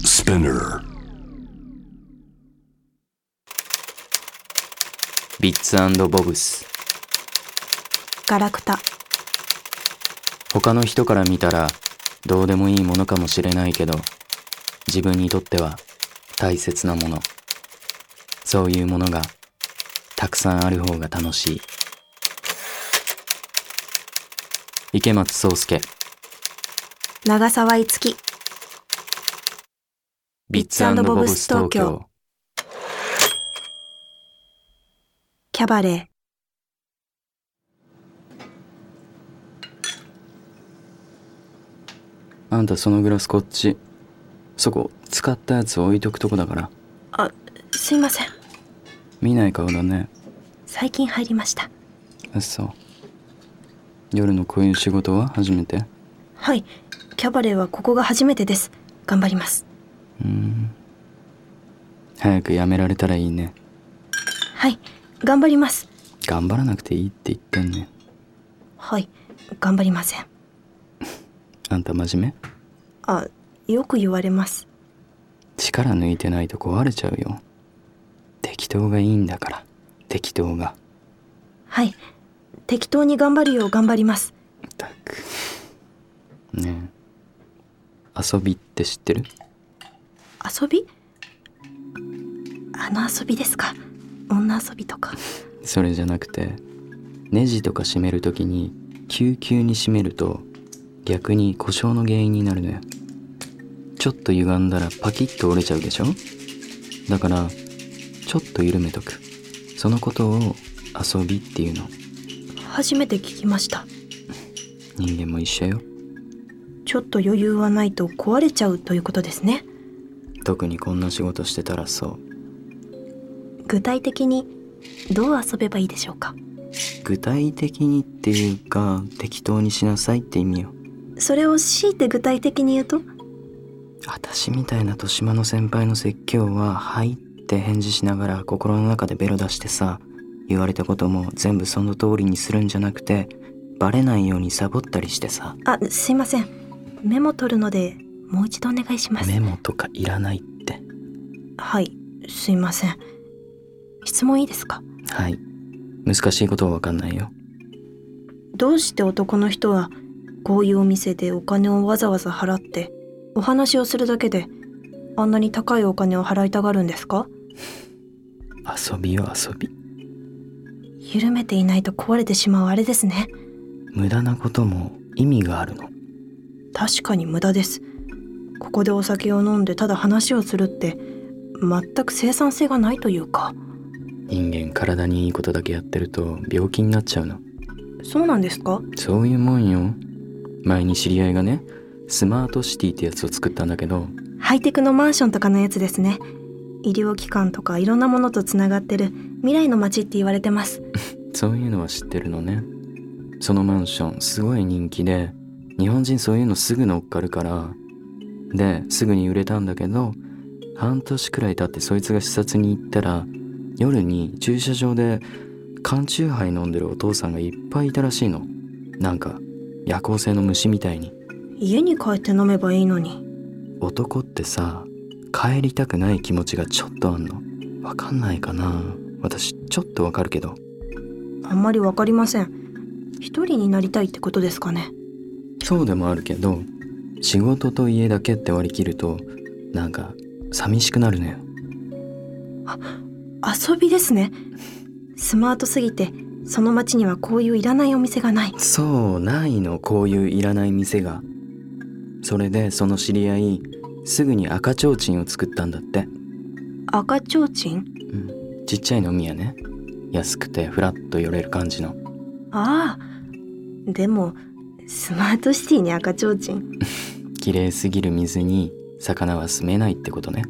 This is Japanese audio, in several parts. Spinner. ビッツボブスガラクタ他の人から見たらどうでもいいものかもしれないけど自分にとっては大切なものそういうものがたくさんある方が楽しい池松壮亮長沢いつきビッツボブス東京キャバレあんたそのグラスこっちそこ使ったやつ置いとくとこだからーあすいません見ない顔だね最近入りましたそう夜のこういう仕事は初めてはいキャバレーはここが初めてです頑張りますうん早くやめられたらいいねはい頑張ります頑張らなくていいって言ってんねはい頑張りませんあんた真面目あよく言われます力抜いてないと壊れちゃうよ適当がいいんだから適当がはい適当に頑張るよう頑張りますったくねえ遊びって知ってる遊びあの遊びですか女遊びとかそれじゃなくてネジとか締めるときに急急に締めると逆に故障の原因になるのよちょっと歪んだらパキッと折れちゃうでしょだからちょっと緩めとくそのことを遊びっていうの初めて聞きました人間も一緒よちょっと余裕はないと壊れちゃうということですね特にこんな仕事してたらそう具体的にどう遊べばいいでしょうか具体的にっていうか適当にしなさいって意味よそれを強いて具体的に言うと私みたいな年島の先輩の説教は「はい」って返事しながら心の中でベロ出してさ言われたことも全部その通りにするんじゃなくてバレないようにサボったりしてさあすいませんメモ取るのでもう一度お願いしますメモとかいらないってはいすいません質問いいですかはい難しいことは分かんないよどうして男の人はこういうお店でお金をわざわざ払ってお話をするだけであんなに高いお金を払いたがるんですか遊びよ遊び緩めていないと壊れてしまうあれですね無駄なことも意味があるの確かに無駄ですここでお酒を飲んでただ話をするって全く生産性がないというか人間体にいいことだけやってると病気になっちゃうのそうなんですかそういうもんよ前に知り合いがねスマートシティってやつを作ったんだけどハイテクのマンションとかのやつですね医療機関とかいろんなものとつながってる未来の街って言われてますそういうのは知ってるのねそのマンションすごい人気で日本人そういうのすぐ乗っかるからですぐに売れたんだけど半年くらい経ってそいつが視察に行ったら夜に駐車場で缶チューハイ飲んでるお父さんがいっぱいいたらしいのなんか夜行性の虫みたいに家に帰って飲めばいいのに男ってさ帰りたくない気持ちがちょっとあんのわかんないかな私ちょっとわかるけどあんまりわかりません一人になりたいってことですかねそうでもあるけど仕事と家だけって割り切るとなんか寂しくなるね遊びですねスマートすぎてその街にはこういういらないお店がないそうないのこういういらない店がそれでその知り合いすぐに赤ちょうちんを作ったんだって、赤ちょうちんうん、ちっちゃい飲み屋ね安くてフラッと寄れる感じのああでもスマートシティに赤ちょうちん綺麗すぎる水に魚は住めないってことね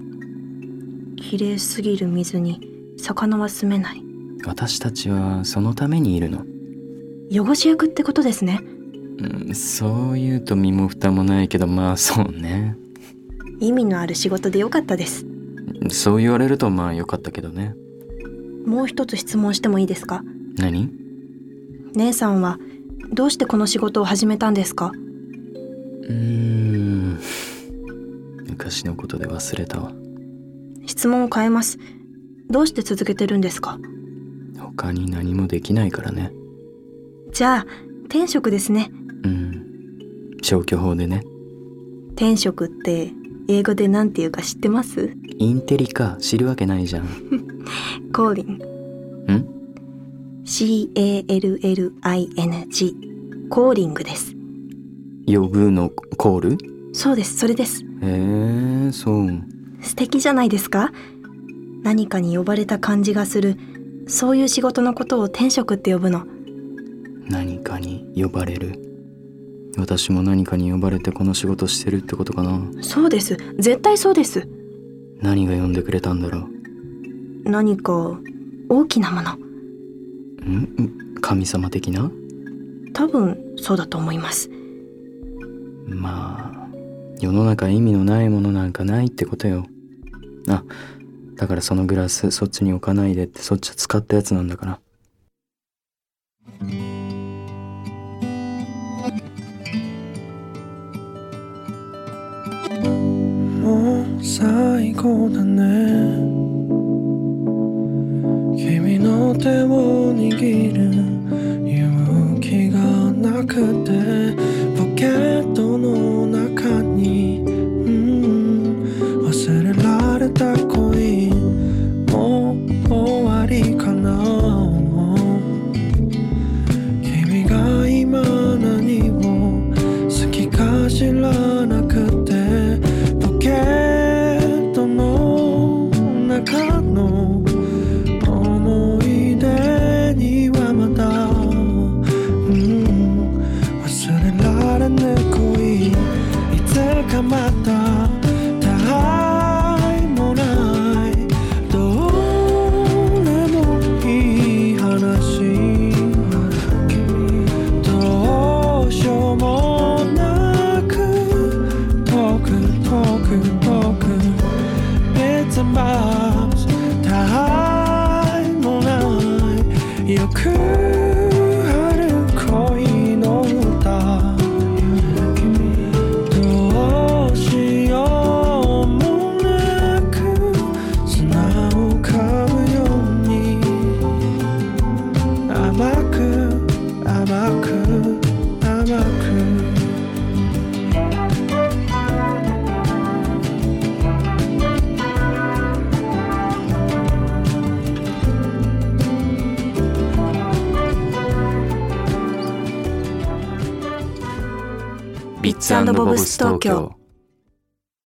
綺麗すぎる水に魚は住めない私たちはそのためにいるの、汚し役ってことですねうん、そう言うと身も蓋もないけどまあそうね意味のある仕事でよかったですそう言われるとまあ良かったけどねもう一つ質問してもいいですか何姉さんはどうしてこの仕事を始めたんですかうーん昔のことで忘れたわ質問を変えますどうして続けてるんですか他に何もできないからねじゃあ転職ですねうん消去法でね転職って英語でなんていうか知ってますインテリか知るわけないじゃん calling ん C-A-L-L-I-N-G コーリングです呼ぶのコールそうですそれですへえー、そう素敵じゃないですか何かに呼ばれた感じがするそういう仕事のことを転職って呼ぶの何かに呼ばれる私も何かに呼ばれてこの仕事してるってことかなそうです絶対そうです何が呼んでくれたんだろ何か大きなものうんん神様的な多分そうだと思いますまあ世の中意味のないものなんかないってことよあだからそのグラスそっちに置かないでってそっち使ったやつなんだからもう最高だね君の手を握る勇気がなくてポケットの中に、うん、忘れられた恋もう終わりかな君が今何を好きか知らなくてポケットの中の思い出にはまだ、うん、忘れられぬ恋いつかまた他愛もないどうでもいい話どうしようもなく遠く遠く遠く It's a box たいもないよくある恋の歌どうしようもなく砂をかむように甘く甘く甘くビッツボブス東京